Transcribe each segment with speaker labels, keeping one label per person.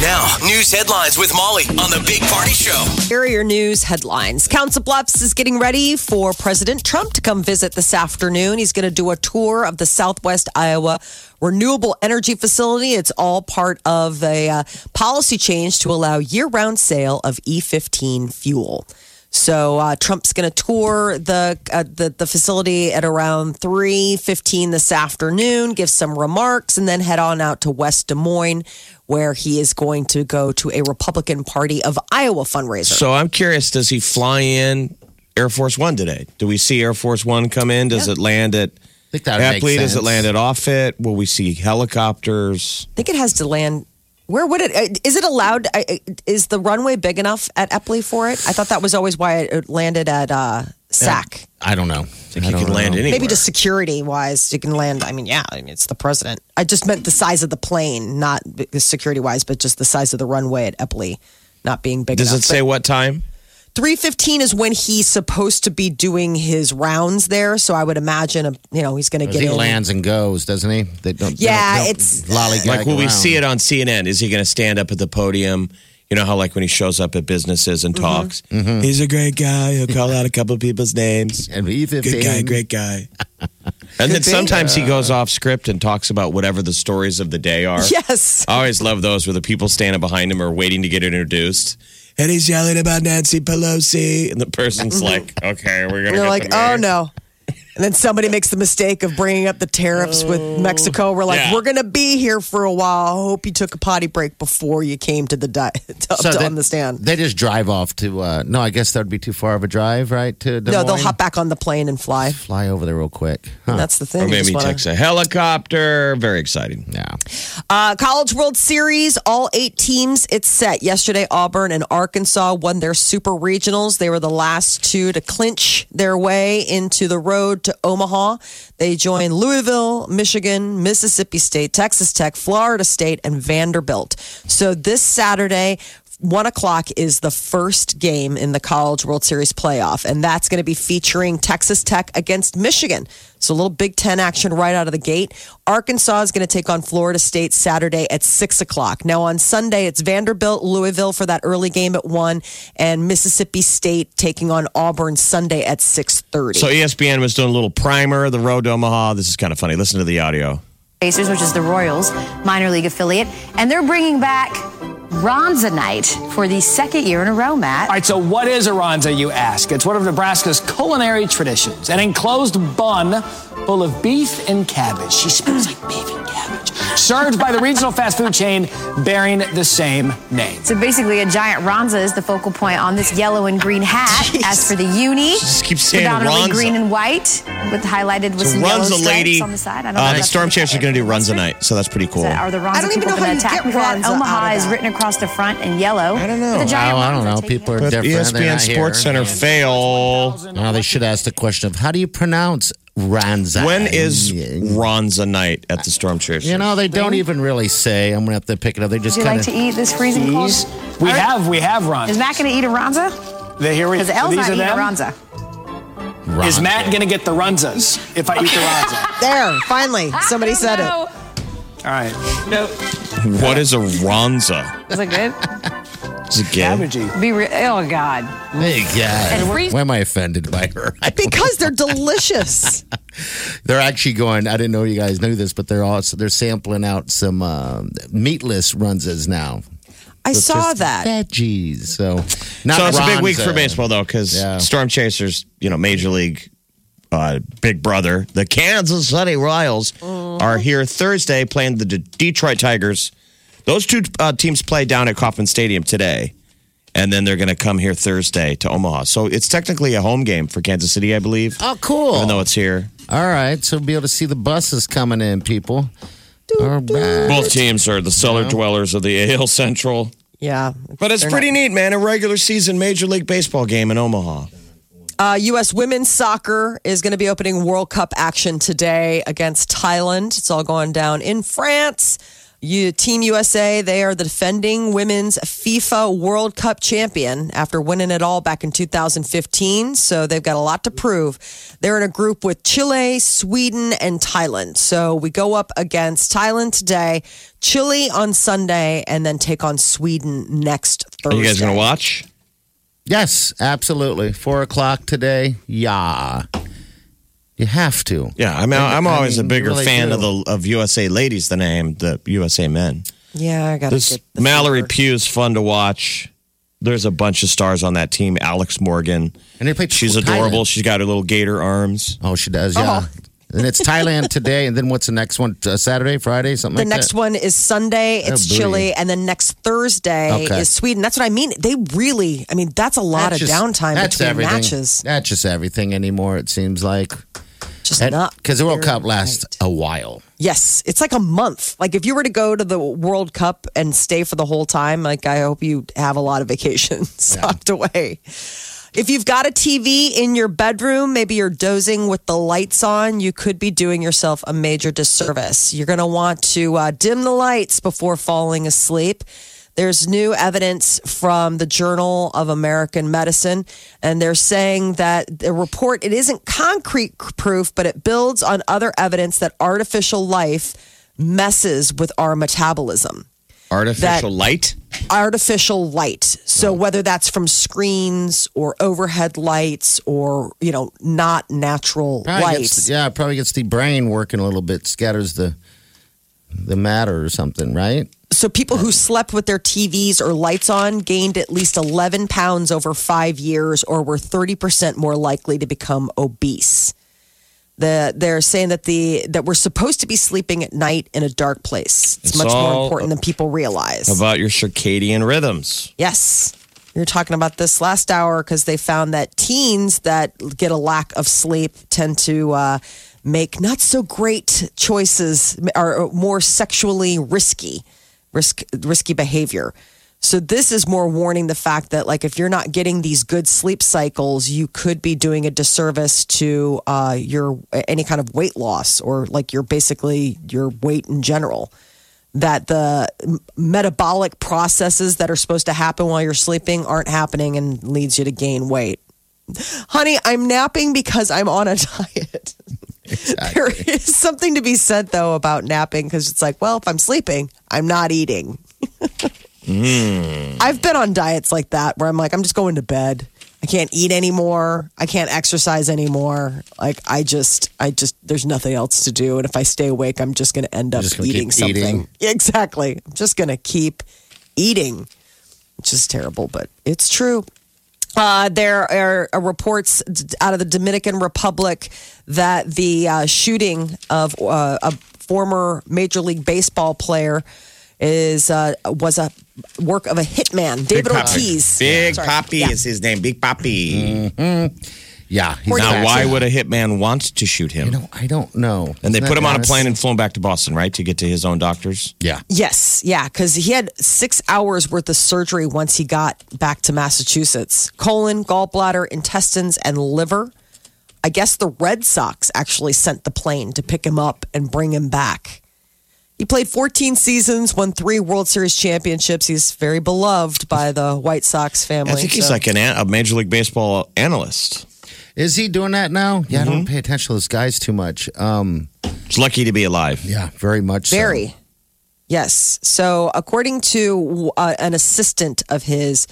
Speaker 1: Now, news headlines with Molly on the Big Party Show.
Speaker 2: Here are your news headlines. Council Bluffs is getting ready for President Trump to come visit this afternoon. He's going to do a tour of the Southwest Iowa Renewable Energy Facility. It's all part of a uh, policy change to allow year round sale of E15 fuel. So uh, Trump's going to tour the, uh, the the facility at around three fifteen this afternoon, give some remarks, and then head on out to West Des Moines, where he is going to go to a Republican Party of Iowa fundraiser.
Speaker 3: So I'm curious, does he fly in Air Force One today? Do we see Air Force One come in? Does it land at
Speaker 4: think that would make
Speaker 3: Epley? Does it
Speaker 4: sense.
Speaker 3: land at Offutt? Will we see helicopters?
Speaker 2: I think it has to land. Where would it? uh, Is it allowed? uh, uh, Is the runway big enough at Epley for it? I thought that was always why it landed at uh, SAC.
Speaker 4: I don't know.
Speaker 3: Like you can land anywhere.
Speaker 2: Maybe just security wise, you can land. I mean, yeah, I mean, it's the president. I just meant the size of the plane, not security wise, but just the size of the runway at Epley not being big
Speaker 3: Does
Speaker 2: enough.
Speaker 3: it say what time?
Speaker 2: 315 is when he's supposed to be doing his rounds there. So I would imagine, uh, you know, he's going to get
Speaker 4: He
Speaker 2: in.
Speaker 4: lands and goes, doesn't he? They don't, they
Speaker 2: Yeah,
Speaker 4: don't-
Speaker 2: it's-
Speaker 4: lollygag
Speaker 3: Like, will we
Speaker 4: around.
Speaker 3: see it on CNN? Is he going to stand up at the podium? You know how, like, when he shows up at businesses
Speaker 4: Mm-hmm.
Speaker 3: and talks, he's a great guy. He'll call out a couple of people's names.
Speaker 4: And even if
Speaker 3: Good guy,
Speaker 4: they-
Speaker 3: great guy. And then
Speaker 2: be.
Speaker 3: sometimes he goes off script and talks about whatever the stories of the day are.
Speaker 2: Yes.
Speaker 3: I always love those where the people standing behind him are waiting to get introduced. And he's yelling about Nancy Pelosi. And the person's like, okay, we're going to
Speaker 2: And
Speaker 3: get
Speaker 2: they're like,
Speaker 3: the
Speaker 2: oh
Speaker 3: mayor."
Speaker 2: no. And then somebody makes the mistake of bringing up the tariffs with Mexico. We're like,
Speaker 3: Oh. Yeah.
Speaker 2: we're going to be here for a while. Hope you took a potty break before you came to the di- to,
Speaker 4: So
Speaker 2: to
Speaker 4: they-
Speaker 2: on the stand.
Speaker 4: They just drive off to. Uh, no, I guess that would be too far of a drive, right? To Des
Speaker 2: No, they'll
Speaker 4: Moines?
Speaker 2: hop back on the plane and fly.
Speaker 4: Fly over there real quick. Huh.
Speaker 2: That's the thing.
Speaker 3: Or
Speaker 2: You just
Speaker 3: maybe he
Speaker 2: wanna-
Speaker 3: takes a helicopter. Very exciting.
Speaker 4: yeah.
Speaker 2: Uh, College World Series, all eight teams, it's set. Yesterday, Auburn and Arkansas won their super regionals. They were the last two to clinch their way into the road to Omaha. They join Louisville, Michigan, Mississippi State, Texas Tech, Florida State, and Vanderbilt. So this Saturday, one o'clock is the first game in the College World Series playoff, and that's going to be featuring Texas Tech against Michigan. So a little Big Ten action right out of the gate. Arkansas is going to take on Florida State Saturday at six o'clock. Now on Sunday, it's Vanderbilt, Louisville for that early game at one, and Mississippi State taking on Auburn Sunday at six thirty.
Speaker 3: So E ESPN was doing a little primer, the road to Omaha. This is kind of funny. Listen to the audio.
Speaker 5: Pacers, which is the Royals minor league affiliate, and they're bringing back Ronzanite for the second year in a row, Matt.
Speaker 6: All right, so what is Aranza, you ask? It's one of Nebraska's culinary traditions, an enclosed bun full of beef and cabbage. She smells like beef and cabbage. Served by the regional fast food chain bearing the same name.
Speaker 5: So basically, a giant Ronza is the focal point on this yellow and green hat. As for the uni,
Speaker 3: just keeps saying
Speaker 5: predominantly
Speaker 3: Ronza.
Speaker 5: green and white, with highlighted with
Speaker 3: So
Speaker 5: some
Speaker 3: runs
Speaker 5: yellow
Speaker 3: a lady.
Speaker 5: stripes on the side. I don't know
Speaker 3: Uh,
Speaker 5: if
Speaker 3: the
Speaker 5: that's
Speaker 3: storm
Speaker 5: what-
Speaker 3: chaser is going to do runs a night, so that's pretty cool.
Speaker 5: Are the Ronza
Speaker 2: I don't even
Speaker 5: people
Speaker 2: know
Speaker 5: gonna
Speaker 2: how you
Speaker 5: attack?
Speaker 2: get
Speaker 5: We've got
Speaker 2: Ronza out
Speaker 5: Omaha
Speaker 2: of
Speaker 5: is
Speaker 2: that.
Speaker 5: written across the front in yellow. I
Speaker 3: don't know.
Speaker 5: The
Speaker 4: Oh,
Speaker 5: giant
Speaker 4: I don't
Speaker 5: Ronza
Speaker 4: know.
Speaker 5: taking
Speaker 4: People are
Speaker 5: over.
Speaker 3: But
Speaker 4: different. They're
Speaker 3: ESPN
Speaker 4: not here.
Speaker 3: Sports Center fail.
Speaker 4: No, they should ask the question of how do you pronounce Ranzai?
Speaker 3: When is Ronza night at the Storm Church?
Speaker 4: You know, they don't even really say. I'm going to have to pick it up. They just
Speaker 5: Would you
Speaker 4: kind
Speaker 5: like
Speaker 4: of.
Speaker 5: to eat this freezing cold?
Speaker 6: These, we have, we have
Speaker 5: Is
Speaker 6: Ronza.
Speaker 5: Matt going to eat a Ronza?
Speaker 6: They- Here we,
Speaker 5: Because Elle's
Speaker 6: these
Speaker 5: not
Speaker 6: are
Speaker 5: eating a
Speaker 6: them.
Speaker 5: Ronza.
Speaker 6: Is Matt going to get the Runzas if I eat the Ronza?
Speaker 2: there, finally, somebody said it.
Speaker 6: All right. No.
Speaker 3: What is a Ronza?
Speaker 5: Is it good?
Speaker 3: Is it gay?
Speaker 6: Cabbagey.
Speaker 5: Be re- oh God.
Speaker 4: Hey, God.
Speaker 5: And freeze-
Speaker 4: Why am I offended by her?
Speaker 2: Because they're delicious.
Speaker 4: They're actually going. I didn't know you guys knew this, but they're also they're sampling out some um meatless runzas now.
Speaker 2: I
Speaker 4: It's
Speaker 2: saw
Speaker 4: just
Speaker 2: that.
Speaker 4: veggies. So not
Speaker 3: So it's a big
Speaker 4: Ronza.
Speaker 3: week for baseball, though, because
Speaker 4: Yeah.
Speaker 3: Storm Chasers, you know, Major League uh, Big Brother, the Kansas City Royals are here Thursday playing the D- Detroit Tigers. Those two uh, teams play down at Kauffman Stadium today, and then they're going to come here Thursday to Omaha. So it's technically a home game for Kansas City, I believe,
Speaker 4: Oh, cool.
Speaker 3: even though it's here.
Speaker 4: All right, so be able to see the buses coming in, people. All right.
Speaker 3: Both teams are the cellar dwellers of the AL Central.
Speaker 2: Yeah.
Speaker 3: But it's
Speaker 2: They're
Speaker 3: pretty neat, man. A regular season Major League Baseball game in Omaha.
Speaker 2: Uh, U.S. women's soccer is going to be opening World Cup action today against Thailand. It's all going down in France. You, Team USA, they are the defending women's FIFA World Cup champion after winning it all back in 2015. So they've got a lot to prove. They're in a group with Chile, Sweden, and Thailand. So we go up against Thailand today, Chile on Sunday, and then take on Sweden next
Speaker 3: Are
Speaker 2: Thursday.
Speaker 3: you guys going to watch?
Speaker 4: Yes, absolutely. Four o'clock today. Yeah. You have to.
Speaker 3: Yeah, I mean,
Speaker 4: I-
Speaker 3: I'm
Speaker 4: I
Speaker 3: always
Speaker 4: mean,
Speaker 3: a bigger
Speaker 4: you really
Speaker 3: fan
Speaker 4: do.
Speaker 3: of the of USA ladies than I am the USA men.
Speaker 2: Yeah, I got to
Speaker 3: This
Speaker 2: get the
Speaker 3: Mallory
Speaker 2: fever.
Speaker 3: Pugh's fun to watch. There's a bunch of stars on that team. Alex Morgan.
Speaker 4: And they play
Speaker 3: She's
Speaker 4: Thailand.
Speaker 3: adorable. She's got her little gator arms.
Speaker 4: Oh, she does. Yeah. And it's Thailand today. And then what's the next one? Uh, Saturday, Friday, something
Speaker 2: The
Speaker 4: like
Speaker 2: next
Speaker 4: that?
Speaker 2: one is Sunday. It's
Speaker 4: Oh, booty.
Speaker 2: Chile, and then next Thursday
Speaker 4: Okay.
Speaker 2: is Sweden. That's what I mean. They really, I mean, that's a lot of downtime
Speaker 4: that's
Speaker 2: between
Speaker 4: everything.
Speaker 2: matches.
Speaker 4: That's just everything anymore, it seems like.
Speaker 2: Just not
Speaker 4: Because the World
Speaker 2: very
Speaker 4: Cup lasts
Speaker 2: right.
Speaker 4: a while.
Speaker 2: Yes, it's like a month. Like if you were to go to the World Cup and stay for the whole time, like I hope you have a lot of vacations socked away. If you've got a TV in your bedroom, maybe you're dozing with the lights on, you could be doing yourself a major disservice. You're going to want to uh, dim the lights before falling asleep. There's new evidence from the Journal of American Medicine, and they're saying that the report it isn't concrete proof, but it builds on other evidence that artificial life messes with our metabolism
Speaker 3: Artificial light.
Speaker 2: artificial light. So whether that's from screens or overhead lights or you know not natural
Speaker 4: Probably
Speaker 2: lights.
Speaker 4: Gets, yeah, it probably gets the brain working a little bit, scatters the the matter or something, right?
Speaker 2: So people who slept with their TVs or lights on gained at least 11 pounds over 5 years or were 30% more likely to become obese. The, they're saying that the that we're supposed to be sleeping at night in a dark place. It's,
Speaker 3: It's
Speaker 2: much more
Speaker 3: all
Speaker 2: important than people realize.
Speaker 3: About your circadian rhythms.
Speaker 2: Yes. We were talking about this last hour because they found that teens that get a lack of sleep tend to uh, make not so great choices or more sexually risky, risk, risky behavior. So this is more warning the fact that like if you're not getting these good sleep cycles, you could be doing a disservice to uh, your any kind of weight loss or like your basically your weight in general that the m- metabolic processes that are supposed to happen while you're sleeping aren't happening and leads you to gain weight. Honey, I'm napping because I'm on a diet. There is something to be said though about napping because it's like, well, if I'm sleeping, I'm not eating.
Speaker 4: Hmm.
Speaker 2: I've been on diets like that where I'm like, I'm just going to bed. I can't eat anymore. I can't exercise anymore. Like I just, I just, there's nothing else to do. And if I stay awake, I'm just going to end up
Speaker 4: just gonna
Speaker 2: eating
Speaker 4: keep
Speaker 2: something.
Speaker 4: eating.
Speaker 2: Yeah, Exactly. I'm just going to keep eating, which is terrible, but it's true. Uh, there are uh, reports d- out of the Dominican Republic that the uh, shooting of uh, a former Major League Baseball player is uh, was a work of a hitman, David Ortiz.
Speaker 3: Big
Speaker 2: Sorry.
Speaker 3: Poppy
Speaker 2: Yeah.
Speaker 3: is his name. Big Poppy.
Speaker 4: Yeah. He's
Speaker 3: Mm. Now,
Speaker 4: back.
Speaker 3: why would a hitman want to shoot him?
Speaker 4: You know, I don't know.
Speaker 3: and they
Speaker 4: Isn't
Speaker 3: put
Speaker 4: that
Speaker 3: him on a
Speaker 4: honest?
Speaker 3: plane and flew him back to Boston, right, to get to his own doctors.
Speaker 4: Yeah.
Speaker 2: Yes, yeah, because he had six hours worth of surgery once he got back to Massachusetts: colon, gallbladder, intestines, and liver. I guess the Red Sox actually sent the plane to pick him up and bring him back. He played 14 seasons, won three World Series championships. He's very beloved by the White Sox family.
Speaker 3: I think he's
Speaker 2: so-
Speaker 3: like an, an- a major league baseball analyst.
Speaker 4: Is he doing that now? Yeah,
Speaker 3: Mm-hmm.
Speaker 4: I don't pay attention to those guys too much. Um,
Speaker 3: He's lucky to be alive.
Speaker 4: yeah, very much. so.
Speaker 2: Very. Yes. So, according to uh, an assistant of his,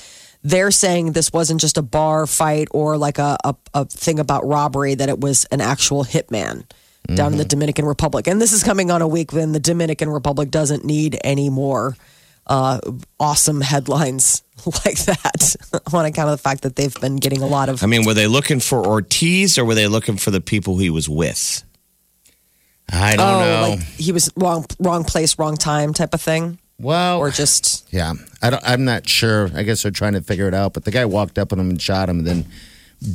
Speaker 2: they're saying this wasn't just a bar fight or like a, a, a thing about robbery, that it was an actual hitman down in
Speaker 4: Mm-hmm.
Speaker 2: the Dominican Republic. And this is coming on a week when the Dominican Republic doesn't need any more uh, awesome headlines like that on account of the fact that they've been getting a lot of.
Speaker 3: I mean, were they looking for Ortiz or were they looking for the people he was with?
Speaker 4: I don't know.
Speaker 2: oh, like he was wrong, wrong place, wrong time type of thing,
Speaker 4: well,
Speaker 2: or just
Speaker 4: yeah, I don't, I'm not sure. I guess they're trying to figure it out. But the guy walked up on him and shot him, and then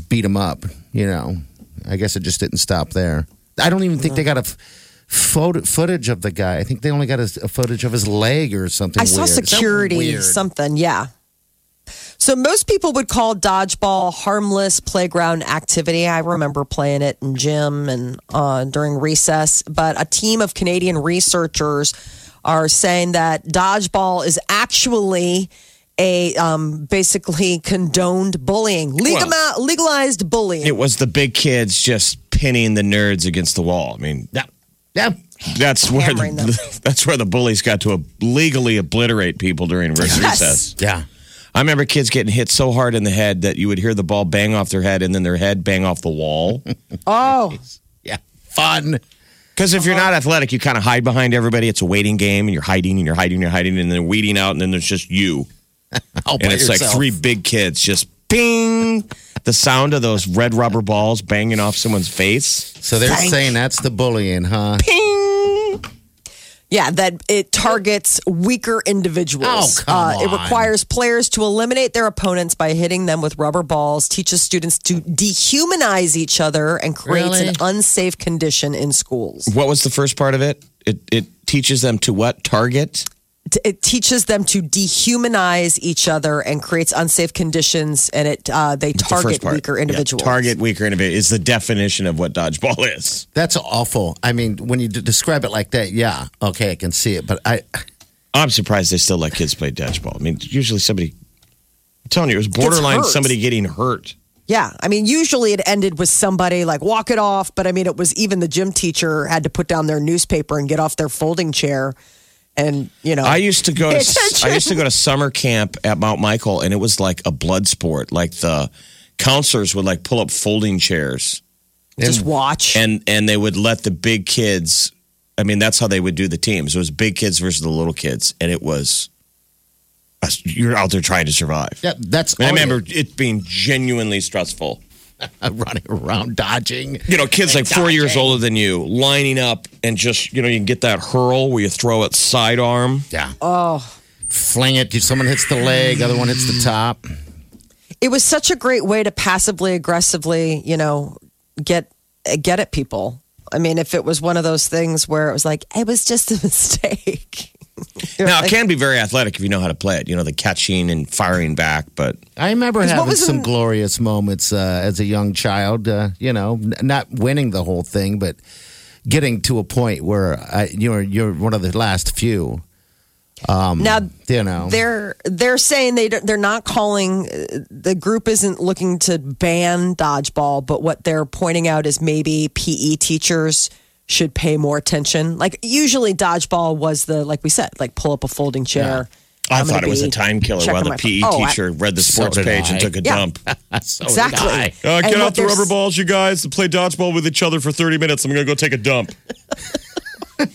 Speaker 4: beat him up. You know, I guess it just didn't stop there. I don't even think they got a f- photo, footage of the guy. I think they only got a, a footage of his leg or something.
Speaker 2: I saw
Speaker 4: weird. Something
Speaker 2: security,
Speaker 4: weird.
Speaker 2: something, yeah. So most people would call dodgeball harmless playground activity. I remember playing it in gym and uh, during recess. But a team of Canadian researchers are saying that dodgeball is actually a um, basically condoned bullying, legal- legalized bullying.
Speaker 3: It was the big kids just pinning the nerds against the wall. I mean, that,
Speaker 4: Yeah.
Speaker 3: that's where
Speaker 2: Hammering them.
Speaker 3: the, that's where the bullies got to ob- legally obliterate people during recess.
Speaker 4: Yeah.
Speaker 3: I remember kids getting hit so hard in the head that you would hear the ball bang off their head and then their head bang off the wall.
Speaker 2: oh,
Speaker 4: Yeah. Fun.
Speaker 3: Because if
Speaker 2: Uh-huh.
Speaker 3: you're not athletic, you kind of hide behind everybody. It's a waiting game, and you're hiding, and you're hiding, and you're hiding, and they're weeding out, and then there's just you.
Speaker 4: All
Speaker 3: and
Speaker 4: by
Speaker 3: it's like
Speaker 4: yourself.
Speaker 3: three big kids just ping. The sound of those red rubber balls banging off someone's face.
Speaker 4: So they're saying that's the bullying, huh?
Speaker 2: Yeah, that it targets weaker individuals. Uh,
Speaker 4: Oh, come
Speaker 2: It
Speaker 4: on.
Speaker 2: requires players to eliminate their opponents by hitting them with rubber balls, teaches students to dehumanize each other, and creates an unsafe condition in schools.
Speaker 3: What was the first part of it? It it teaches them to what target?
Speaker 2: T- It teaches them to dehumanize each other and creates unsafe conditions, and it uh, they
Speaker 3: The first
Speaker 2: target
Speaker 3: part.
Speaker 2: weaker
Speaker 3: Yeah,
Speaker 2: individuals.
Speaker 3: target weaker individual is the definition of what dodgeball is.
Speaker 4: That's awful. I mean, when you d- describe it like that, yeah, okay, I can see it. But I,
Speaker 3: I'm surprised they still let kids play dodgeball. I mean, usually somebody. I'm telling you, it was borderline
Speaker 2: hurt.
Speaker 3: somebody getting hurt.
Speaker 2: Yeah, I mean, usually it ended with somebody like walk it off, but I mean, it was even the gym teacher had to put down their newspaper and get off their folding chair, and you know,
Speaker 3: I used to go
Speaker 2: Pay
Speaker 3: to
Speaker 2: attention.
Speaker 3: I used to go to summer camp at Mount Michael and it was like a blood sport. Like the counselors would like pull up folding chairs
Speaker 2: just watch.
Speaker 3: and and they would let the big kids I mean that's how they would do the teams. It was big kids versus the little kids and it was uh, you're out there trying to survive.
Speaker 4: yeah,
Speaker 2: Oh,
Speaker 4: that's.
Speaker 3: And I
Speaker 4: all
Speaker 3: remember it being genuinely stressful.
Speaker 4: you- running around dodging.
Speaker 3: You know, kids like four years older than you lining up and just, you know, you can get that hurl where you throw it sidearm.
Speaker 4: Yeah. Oh. Fling it. Someone hits the leg. Other one
Speaker 2: Mm.
Speaker 4: hits the top.
Speaker 2: it was such a great way to passively aggressively, you know, get get at people. I mean, if it was one of those things where it was like it was just a mistake. You're
Speaker 3: Now, it
Speaker 2: like-
Speaker 3: can be very athletic if you know how to play it. You know, the catching and firing back, but
Speaker 4: I remember having
Speaker 2: was
Speaker 4: some
Speaker 2: in-
Speaker 4: glorious moments uh, as a young child. Uh, you know, n- not winning the whole thing, but getting to a point where I, you're you're one of the last few.
Speaker 3: Um,
Speaker 2: now
Speaker 4: You know,
Speaker 2: they're they're saying they don't- they're not calling uh, the group isn't looking to ban dodgeball, but what they're pointing out is maybe PE teachers should pay more attention. Like usually dodgeball was the like we said, like pull up a folding chair.
Speaker 3: I
Speaker 2: I'm
Speaker 3: thought
Speaker 2: gonna
Speaker 3: it was
Speaker 2: be
Speaker 3: a time killer while
Speaker 2: checking
Speaker 3: the
Speaker 2: my
Speaker 3: PE
Speaker 2: phone. Oh, I-
Speaker 3: teacher read the sports
Speaker 4: So did
Speaker 3: page and
Speaker 4: I.
Speaker 3: took a
Speaker 2: Yeah.
Speaker 3: dump.
Speaker 4: So did
Speaker 2: Exactly.
Speaker 4: I.
Speaker 3: Uh, Oh,
Speaker 2: And what they're s-
Speaker 3: balls, you guys, and play dodgeball with each other for 30 minutes. I'm going to go take a dump.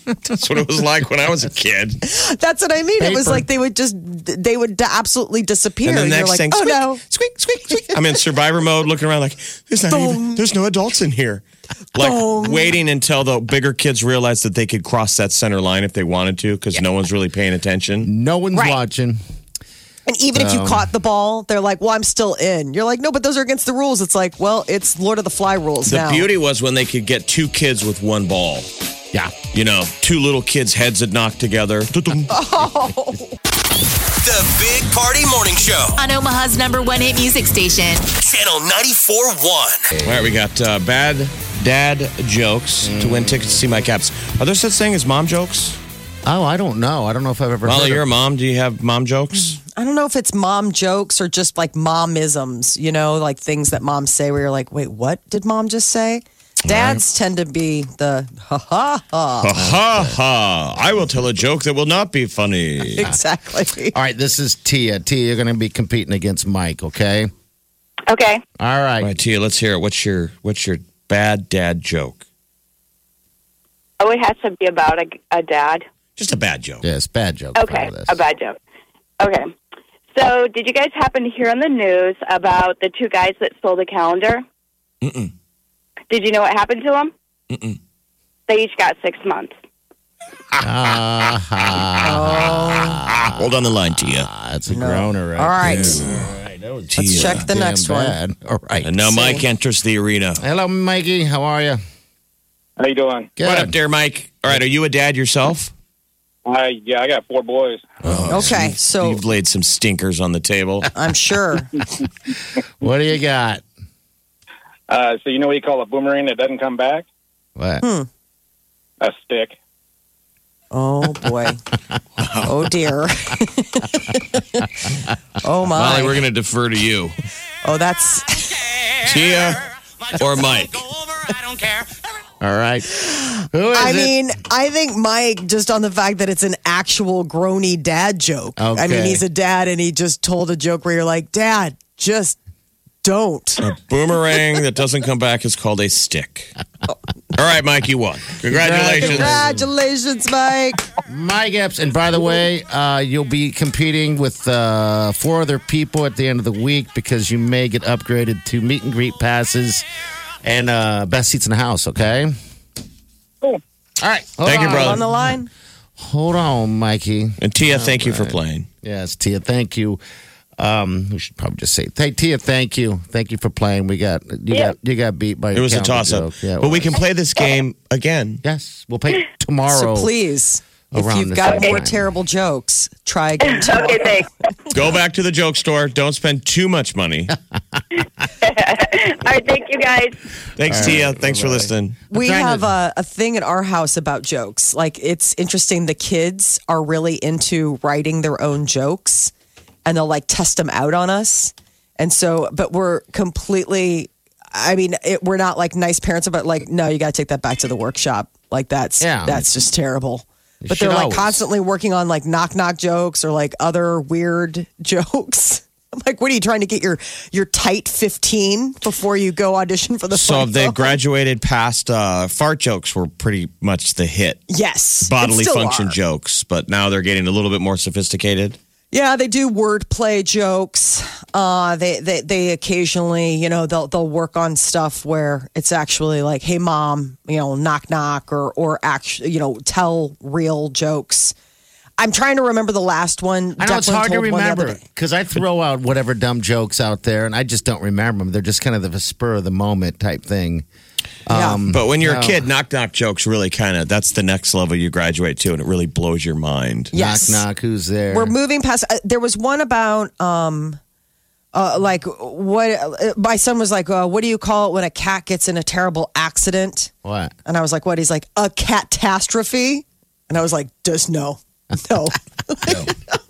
Speaker 3: That's what it was like when I was a kid.
Speaker 2: That's what I mean. It was
Speaker 4: Paper.
Speaker 2: like they would just they would d- absolutely disappear.
Speaker 3: And then the
Speaker 2: You're
Speaker 3: next
Speaker 2: like,
Speaker 3: thing,
Speaker 2: oh
Speaker 3: squeak,
Speaker 2: no,
Speaker 3: squeak, squeak, squeak. I'm in survivor mode looking around like, there's, not even, there's no adults in here. Like waiting until the bigger kids realize that they could cross that center line if they wanted to because no one's really paying attention.
Speaker 4: No one's watching.
Speaker 2: and even
Speaker 3: Um,
Speaker 2: if you caught the ball, they're like, well, I'm still in. You're like, no, but those are against the rules. It's like, well, it's Lord of the Fly rules
Speaker 3: The
Speaker 2: now.
Speaker 3: beauty was when they could get two kids with one ball.
Speaker 4: Yeah.
Speaker 3: You know, two little kids' heads had knocked together.
Speaker 1: The Big Party Morning Show,
Speaker 7: on Omaha's number one hit music station.
Speaker 1: Channel 94.1.
Speaker 3: All right, we got uh, bad dad jokes to win tickets to see my caps. Are there such thing as mom jokes?
Speaker 4: Oh, I don't know. I don't know if I've ever.
Speaker 3: Molly,
Speaker 4: heard
Speaker 3: you're a
Speaker 4: of-
Speaker 3: mom. Do you have mom jokes?
Speaker 2: I don't know if it's mom jokes or just like momisms. You know, like things that moms say where you're like, wait, what did mom just say? Dads tend to be the ha ha ha.
Speaker 3: Uh, Ha ha! I will tell a joke that will not be funny.
Speaker 2: Exactly.
Speaker 4: All right, this is Tia. Tia, you're going to be competing against Mike. Okay.
Speaker 8: Okay.
Speaker 4: All right.
Speaker 3: All right, Tia, let's hear it. What's your what's your bad dad joke?
Speaker 8: Oh, it has to be about a, a dad.
Speaker 3: Just a bad joke.
Speaker 4: Yes, bad joke.
Speaker 8: Okay.
Speaker 4: for this.
Speaker 8: A bad joke. Okay. So, did you guys happen to hear on the news about the two guys that stole the calendar? Mm-mm. Did you know what happened to them? Mm-mm. They each got six months.
Speaker 3: Hold on the line, Tia.
Speaker 4: Ah, that's a groaner, right?
Speaker 2: All right.
Speaker 3: Tia.
Speaker 2: Let's check the
Speaker 4: Damn
Speaker 2: next one.
Speaker 4: bad. All right.
Speaker 3: And now Mike enters the arena.
Speaker 4: Hello, Mikey. How are you?
Speaker 9: How you doing?
Speaker 3: What up, there, Mike? All right, are you a dad yourself?
Speaker 9: I yeah, I got four boys.
Speaker 3: Oh,
Speaker 2: okay, so
Speaker 3: You've laid some stinkers on the table.
Speaker 2: I'm sure.
Speaker 4: What do you got?
Speaker 9: Uh, so you know what you call a boomerang that doesn't come back?
Speaker 4: What?
Speaker 9: A stick.
Speaker 2: Oh boy. Oh dear. oh my.
Speaker 3: Molly, we're going to defer to you.
Speaker 2: oh, that's
Speaker 3: Tia or Mike?
Speaker 4: All right. Who is
Speaker 2: I
Speaker 4: it?
Speaker 2: mean, I think Mike just on the fact that it's an actual groany dad joke. I mean,
Speaker 4: Okay.
Speaker 2: he's a dad and he just told a joke where you're like, "Dad, just don't."
Speaker 3: Boomerang that doesn't come back is called a stick. All right, Mike, you won. Congratulations.
Speaker 2: Congratulations, Mike.
Speaker 4: Mike Epps. And by the way, uh, you'll be competing with uh, four other people at the end of the week because you may get upgraded to meet and greet passes and uh, best seats in the house, okay?
Speaker 9: Cool.
Speaker 4: All right. Hold
Speaker 3: Thank you,
Speaker 4: on.
Speaker 3: brother.
Speaker 2: On the line.
Speaker 4: Hold on, Mikey.
Speaker 3: And Tia, thank you for playing.
Speaker 4: Yes, Tia, thank you. Um, we should probably just say, "Hey, Tia, thank you, thank you for playing." We got you got you got beat by
Speaker 3: It was a toss up. but we can play this game again.
Speaker 4: yes, we'll play
Speaker 2: So
Speaker 4: tomorrow.
Speaker 2: please, if
Speaker 4: Around
Speaker 2: you've
Speaker 4: the
Speaker 2: got
Speaker 4: same
Speaker 2: more
Speaker 4: time.
Speaker 2: terrible jokes, try again. tomorrow.
Speaker 8: Okay, thanks.
Speaker 3: Go back to the joke store. Don't spend too much money.
Speaker 8: All right, thank you guys.
Speaker 3: Thanks, Tia. Thanks for listening.
Speaker 2: We
Speaker 4: trying
Speaker 2: have
Speaker 4: to-
Speaker 2: a, a thing at our house about jokes. Like, it's interesting. The kids are really into writing their own jokes and they'll like test them out on us. And so, but we're completely, I mean, it, we're not like nice parents about like, no, you got to take that back to the workshop. Like, that's,
Speaker 4: Yeah.
Speaker 2: that's just terrible. But they're
Speaker 4: should
Speaker 2: like
Speaker 4: always.
Speaker 2: constantly working on like knock knock jokes or like other weird jokes. I'm like, what are you trying to get your your tight 15 before you go audition for the
Speaker 3: So
Speaker 2: final?
Speaker 3: they graduated past uh, fart jokes were pretty much the hit
Speaker 2: Yes.
Speaker 3: bodily
Speaker 2: It still
Speaker 3: function
Speaker 2: are.
Speaker 3: jokes, but now they're getting a little bit more sophisticated.
Speaker 2: Yeah, they do wordplay jokes. Uh, they, they they occasionally, you know, they'll they'll work on stuff where it's actually like, "Hey, mom," you know, knock knock, or or actually, you know, tell real jokes. I'm trying to remember the last one.
Speaker 4: I know it's
Speaker 2: Declan
Speaker 4: hard to
Speaker 2: told one the other
Speaker 4: remember
Speaker 2: day.
Speaker 4: because I throw out whatever dumb jokes out there, and I just don't remember them. They're just kind of the spur of the moment type thing. Um,
Speaker 2: Yeah.
Speaker 3: But when you're a kid, knock knock jokes really kind of that's the next level you graduate to, and it really blows your mind.
Speaker 2: yes.
Speaker 4: Knock knock, who's there?
Speaker 2: We're moving past. Uh, there was one about um, uh, like what uh, my son was like. Uh, what do you call it when a cat gets in a terrible accident?
Speaker 4: what?
Speaker 2: And I was like, what? He's like, a catastrophe. And I was like, just no. No.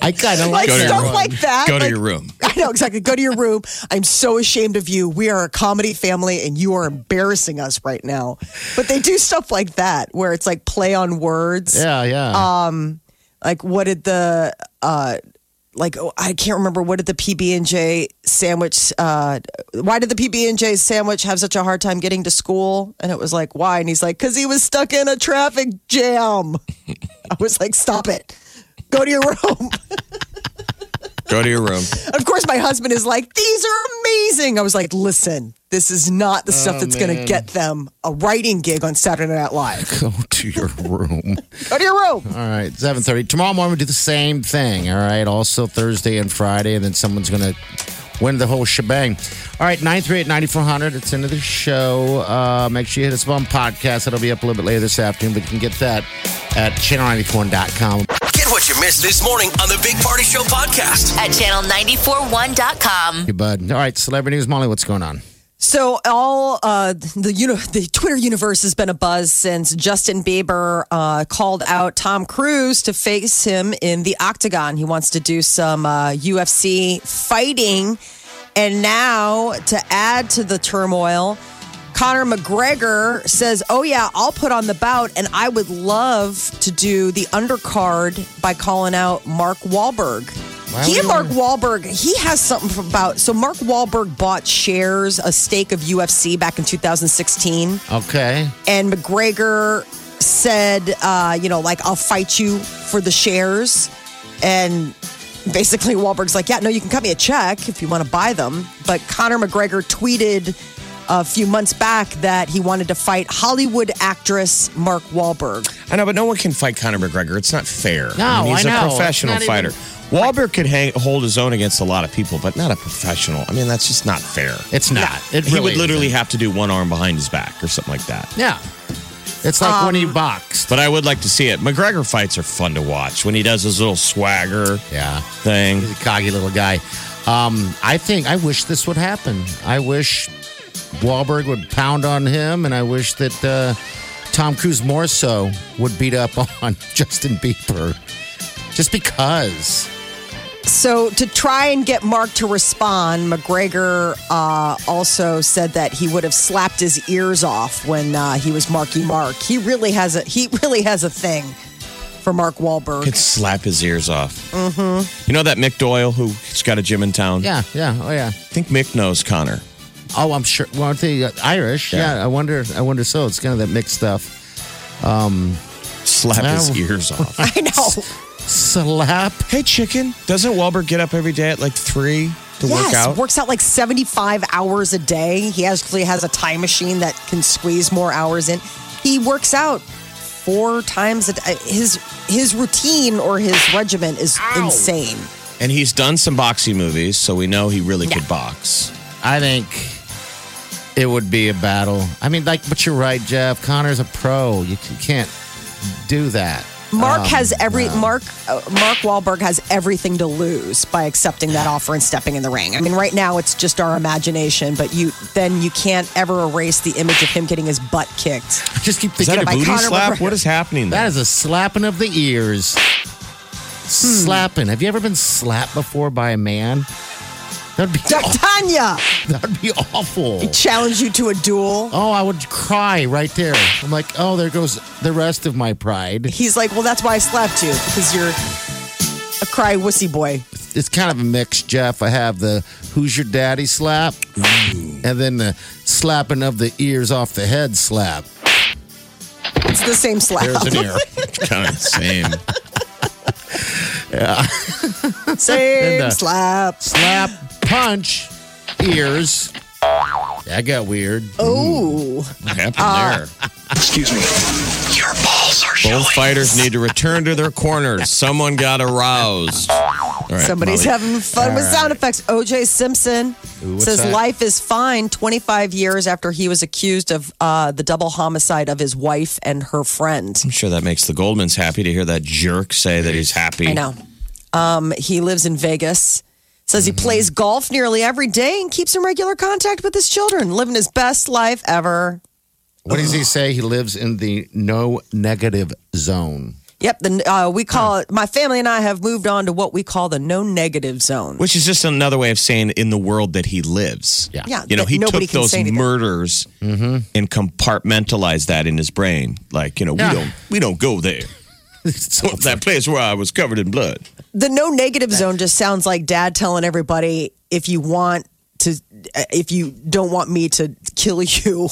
Speaker 4: I kind of
Speaker 2: like
Speaker 4: like
Speaker 3: Go to your
Speaker 4: that.
Speaker 2: stuff
Speaker 3: room.
Speaker 2: like that.
Speaker 3: Go to
Speaker 2: like-
Speaker 3: your room.
Speaker 2: I know exactly. Go to your room. I'm so ashamed of you. We are a comedy family and you are embarrassing us right now. But they do stuff like that where it's like play on words.
Speaker 4: Yeah, yeah.
Speaker 2: Uh, Like what did the uh like oh, I can't remember what did the PB and J sandwich uh why did the PB and J sandwich have such a hard time getting to school? And it was like why? And he's like cuz he was stuck in a traffic jam. I was like stop it. Go to your room.
Speaker 3: Go to your room.
Speaker 2: Of course, my husband is like, these are amazing. I was like, listen, this is not the stuff that's going to get them a writing gig on Saturday Night Live.
Speaker 4: Go to your room.
Speaker 2: Go to your room.
Speaker 4: All right, seven thirty tomorrow morning. We do the same thing. All right, also Thursday and Friday, and then someone's gonna win the whole shebang. All right, nine three eight ninety four hundred. It's into the show. Uh, make sure you hit us up on podcast. It'll be up a little bit later this afternoon, but you can get that at channel94.com.
Speaker 1: Get what you missed this morning on the Big Party Show podcast.
Speaker 7: at channel941.com.
Speaker 4: Hey, bud. All right, celebrity news, Molly. What's going on?
Speaker 2: So all uh, the uni- the Twitter universe has been a buzz since Justin Bieber uh, called out Tom Cruise to face him in the octagon. He wants to do some uh, UFC fighting, and now to add to the turmoil, Conor McGregor says, "Oh yeah, I'll put on the bout, and I would love to do the undercard by calling out Mark Wahlberg." He and Mark Wahlberg, he has something about. So Mark Wahlberg bought shares, a stake of UFC back in 2016,
Speaker 4: Okay.
Speaker 2: and McGregor said, uh, "You know, like I'll fight you for the shares," and basically Wahlberg's like, "Yeah, no, you can cut me a check if you want to buy them." But Conor McGregor tweeted a few months back that he wanted to fight Hollywood actress Mark Wahlberg.
Speaker 3: I know, but no one can fight Conor McGregor. It's not fair.
Speaker 4: No,
Speaker 3: mean, he's
Speaker 4: I
Speaker 3: a
Speaker 4: know.
Speaker 3: professional
Speaker 4: It's not
Speaker 3: fighter.
Speaker 4: even-
Speaker 3: Wahlberg could hang, hold his own against a lot of people, but not a professional. I mean, that's just not fair.
Speaker 4: It's not. It
Speaker 3: he
Speaker 4: really
Speaker 3: would literally
Speaker 4: isn't.
Speaker 3: have to do one arm behind his back or something like that.
Speaker 4: Yeah. It's like when he boxed.
Speaker 3: But I would like to see it. McGregor fights are fun to watch when he does his little swagger
Speaker 4: Yeah.
Speaker 3: thing.
Speaker 4: He's a cocky little guy. Um, I think I wish this would happen. I wish Wahlberg would pound on him, and I wish that uh, Tom Cruise more so would beat up on Justin Bieber, just because.
Speaker 2: So, to try and get Mark to respond, McGregor uh, also said that he would have slapped his ears off when uh, he was Marky Mark. He really has a he really has a thing for Mark Wahlberg.
Speaker 3: Could slap his ears off. Mm-hmm. You know that Mick Doyle who's got a gym in town?
Speaker 4: Yeah, yeah, oh yeah.
Speaker 3: I think Mick knows Connor.
Speaker 4: Oh, I'm sure. Well, aren't they uh, Irish?
Speaker 3: Yeah.
Speaker 4: Yeah. I wonder. I wonder. So it's kind of that mixed stuff.
Speaker 3: Slap his
Speaker 4: Wow.
Speaker 3: ears off.
Speaker 2: I know.
Speaker 4: Slap.
Speaker 3: hey, chicken, doesn't Wahlberg get up every day at like three to work
Speaker 2: yes,
Speaker 3: out?
Speaker 2: works out like seventy-five hours a day. He actually has a time machine that can squeeze more hours in. He works out four times a day. His his routine or his regimen is insane.
Speaker 3: and he's done some boxing movies, so we know he really could box.
Speaker 4: I think it would be a battle. I mean, like, but you're right, Jeff. Connor's a pro. You c- can't do that.
Speaker 2: Mark
Speaker 4: Um,
Speaker 2: has every Mark uh, Mark Wahlberg has everything to lose by accepting that offer and stepping in the ring. I mean, right now it's just our imagination, but you then you can't ever erase the image of him getting his butt kicked.
Speaker 4: I just keep
Speaker 3: Is
Speaker 4: thinking
Speaker 3: that a
Speaker 4: about
Speaker 3: booty
Speaker 2: Conor
Speaker 3: slap?
Speaker 2: McGregor.
Speaker 3: What is happening there?
Speaker 4: that is a slapping of the ears. Slapping. Have you ever been slapped before by a man? That'd be
Speaker 2: Tanya,
Speaker 4: that'd be awful.
Speaker 2: challenge you to a duel.
Speaker 4: Oh, I would cry right there. I'm like, oh, there goes the rest of my pride.
Speaker 2: He's like, well, that's why I slapped you because you're a cry wussy boy.
Speaker 4: it's kind of a mix, Jeff. I have the "Who's your daddy?" slap, and then the slapping of the ears off the head slap.
Speaker 2: It's the same slap.
Speaker 4: There's an ear.
Speaker 3: kind of the same.
Speaker 2: same
Speaker 4: And, uh,
Speaker 2: slap.
Speaker 4: slap, punch, ears. That got weird.
Speaker 3: Oh,
Speaker 2: Ooh.
Speaker 3: What happened there?
Speaker 1: Excuse me. Your balls are
Speaker 3: Both fighters need to return to their corners. Someone got aroused. All right,
Speaker 2: Somebody's
Speaker 3: Molly.
Speaker 2: having fun with sound effects. OJ Simpson
Speaker 4: what's
Speaker 2: says
Speaker 4: that?
Speaker 2: life is fine 25 years after he was accused of uh, the double homicide of his wife and her friend.
Speaker 3: I'm sure that makes the Goldmans happy to hear that jerk say that he's happy.
Speaker 2: I know. Um, he lives in Vegas. Says he
Speaker 3: Mm-hmm.
Speaker 2: plays golf nearly every day and keeps in regular contact with his children, living his best life ever.
Speaker 4: What does he say? He lives in the no negative zone.
Speaker 2: Yep, the, uh, we call it, my family and I have moved on to what we call the no negative zone.
Speaker 3: Which is just another way of saying in the world that he lives.
Speaker 4: Yeah.
Speaker 2: Yeah,
Speaker 3: You know,
Speaker 2: that
Speaker 3: he
Speaker 2: nobody
Speaker 3: took
Speaker 2: can
Speaker 3: those
Speaker 2: say anything.
Speaker 3: murders and compartmentalized that in his brain. Like, you know,
Speaker 4: Yeah.
Speaker 3: we don't we don't go there. that place where I was covered in blood.
Speaker 2: the no negative zone just sounds like dad telling everybody if you want to if you don't want me to kill you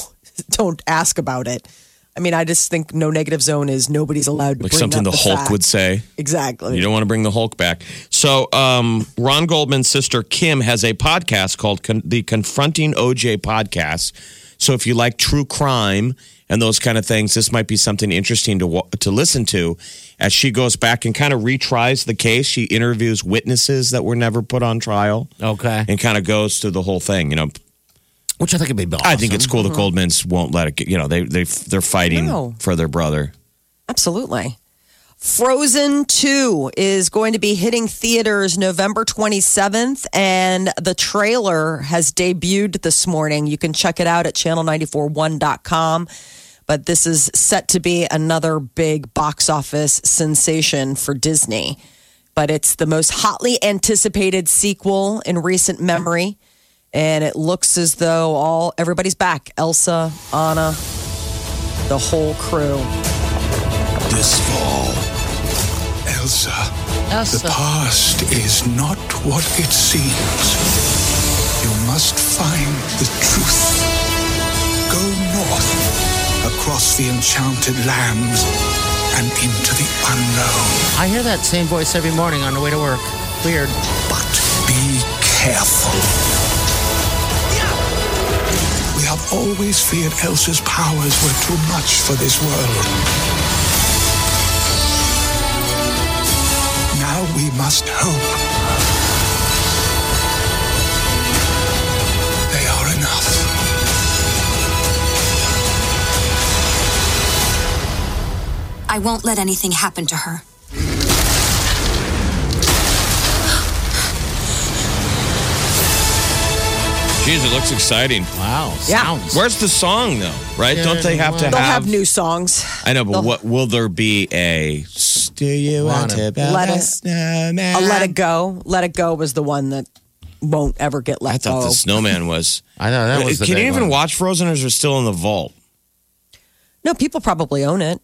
Speaker 2: don't ask about it i mean i just think no negative zone is nobody's allowed to
Speaker 3: Like
Speaker 2: bring
Speaker 3: something
Speaker 2: up
Speaker 3: the, Hulk
Speaker 2: fact.
Speaker 3: would say.
Speaker 2: exactly
Speaker 3: You don't want to bring the Hulk back. So, um, Ron Goldman's sister Kim has a podcast called Con- the Confronting OJ Podcast. So, if you like true crime and those kind of things, this might be something interesting to wa- to listen to. As she goes back and kind of retries the case, she interviews witnesses that were never put on trial.
Speaker 4: Okay.
Speaker 3: and kind of goes through the whole thing. You know,
Speaker 4: Which I think would be awesome.
Speaker 3: I think it's cool the Goldmans won't let it. get- You know, they they they're fighting
Speaker 2: No.
Speaker 3: for their brother.
Speaker 2: absolutely frozen 2 is going to be hitting theaters november 27th and the trailer has debuted this morning you can check it out at channel941.com but this is set to be another big box office sensation for Disney. But it's the most hotly anticipated sequel in recent memory, and it looks as though all everybody's back: Elsa, Anna, the whole crew.
Speaker 10: This fall, Elsa, the past is not what it seems. You must find the truth. Go north, across the enchanted lands, and into the unknown.
Speaker 4: I hear that same voice every morning on the way to work. Weird.
Speaker 10: But be careful. We have always feared Elsa's powers were too much for this world. Now we must hope they are enough.
Speaker 11: I won't let anything happen to her.
Speaker 3: Jeez, it looks exciting. Wow.
Speaker 2: Yeah.
Speaker 3: Where's the song though? Right? Don't they have to
Speaker 2: They'll
Speaker 3: have?
Speaker 2: have new songs.
Speaker 3: I know, but what will there be a? s- Do you want to be
Speaker 2: Let us. Uh, let it go. Let it go was the one that won't ever get let
Speaker 3: I thought
Speaker 2: go.
Speaker 3: the snowman was. I know
Speaker 2: that was the
Speaker 3: Uh, Can you
Speaker 2: big
Speaker 3: even
Speaker 2: one.
Speaker 3: watch Frozen? Or is it still in the vault?
Speaker 2: No, people probably own it.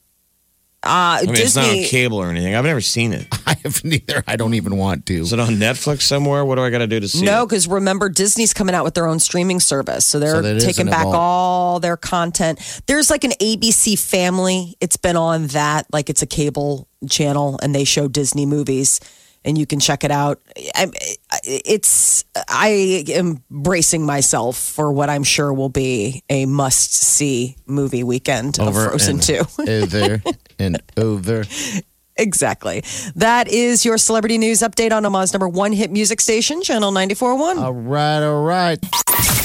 Speaker 2: Uh,
Speaker 3: I mean, it's
Speaker 2: Disney.
Speaker 3: not on cable or anything. I've never seen it. I have neither. I don't even want to. Is it on Netflix somewhere? What do I got to do to see
Speaker 2: no,
Speaker 3: it?
Speaker 2: because remember, Disney's coming out with their own streaming service. So
Speaker 3: So
Speaker 2: they're
Speaker 3: that is
Speaker 2: taking
Speaker 3: an
Speaker 2: back
Speaker 3: evolve.
Speaker 2: all their content. There's like an ABC family. It's been on that. Like it's a cable channel and they show Disney movies and you can check it out. I, I- it's, I am bracing myself for what I'm sure will be a must see movie weekend of Frozen
Speaker 4: and
Speaker 2: 2.
Speaker 4: over and over.
Speaker 2: Exactly. That is your celebrity news update on Omaha's number one hit music station, Channel 94.1. All
Speaker 4: right, all right.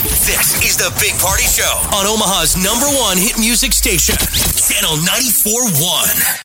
Speaker 1: This is the Big Party Show on Omaha's number one hit music station, Channel 94.1.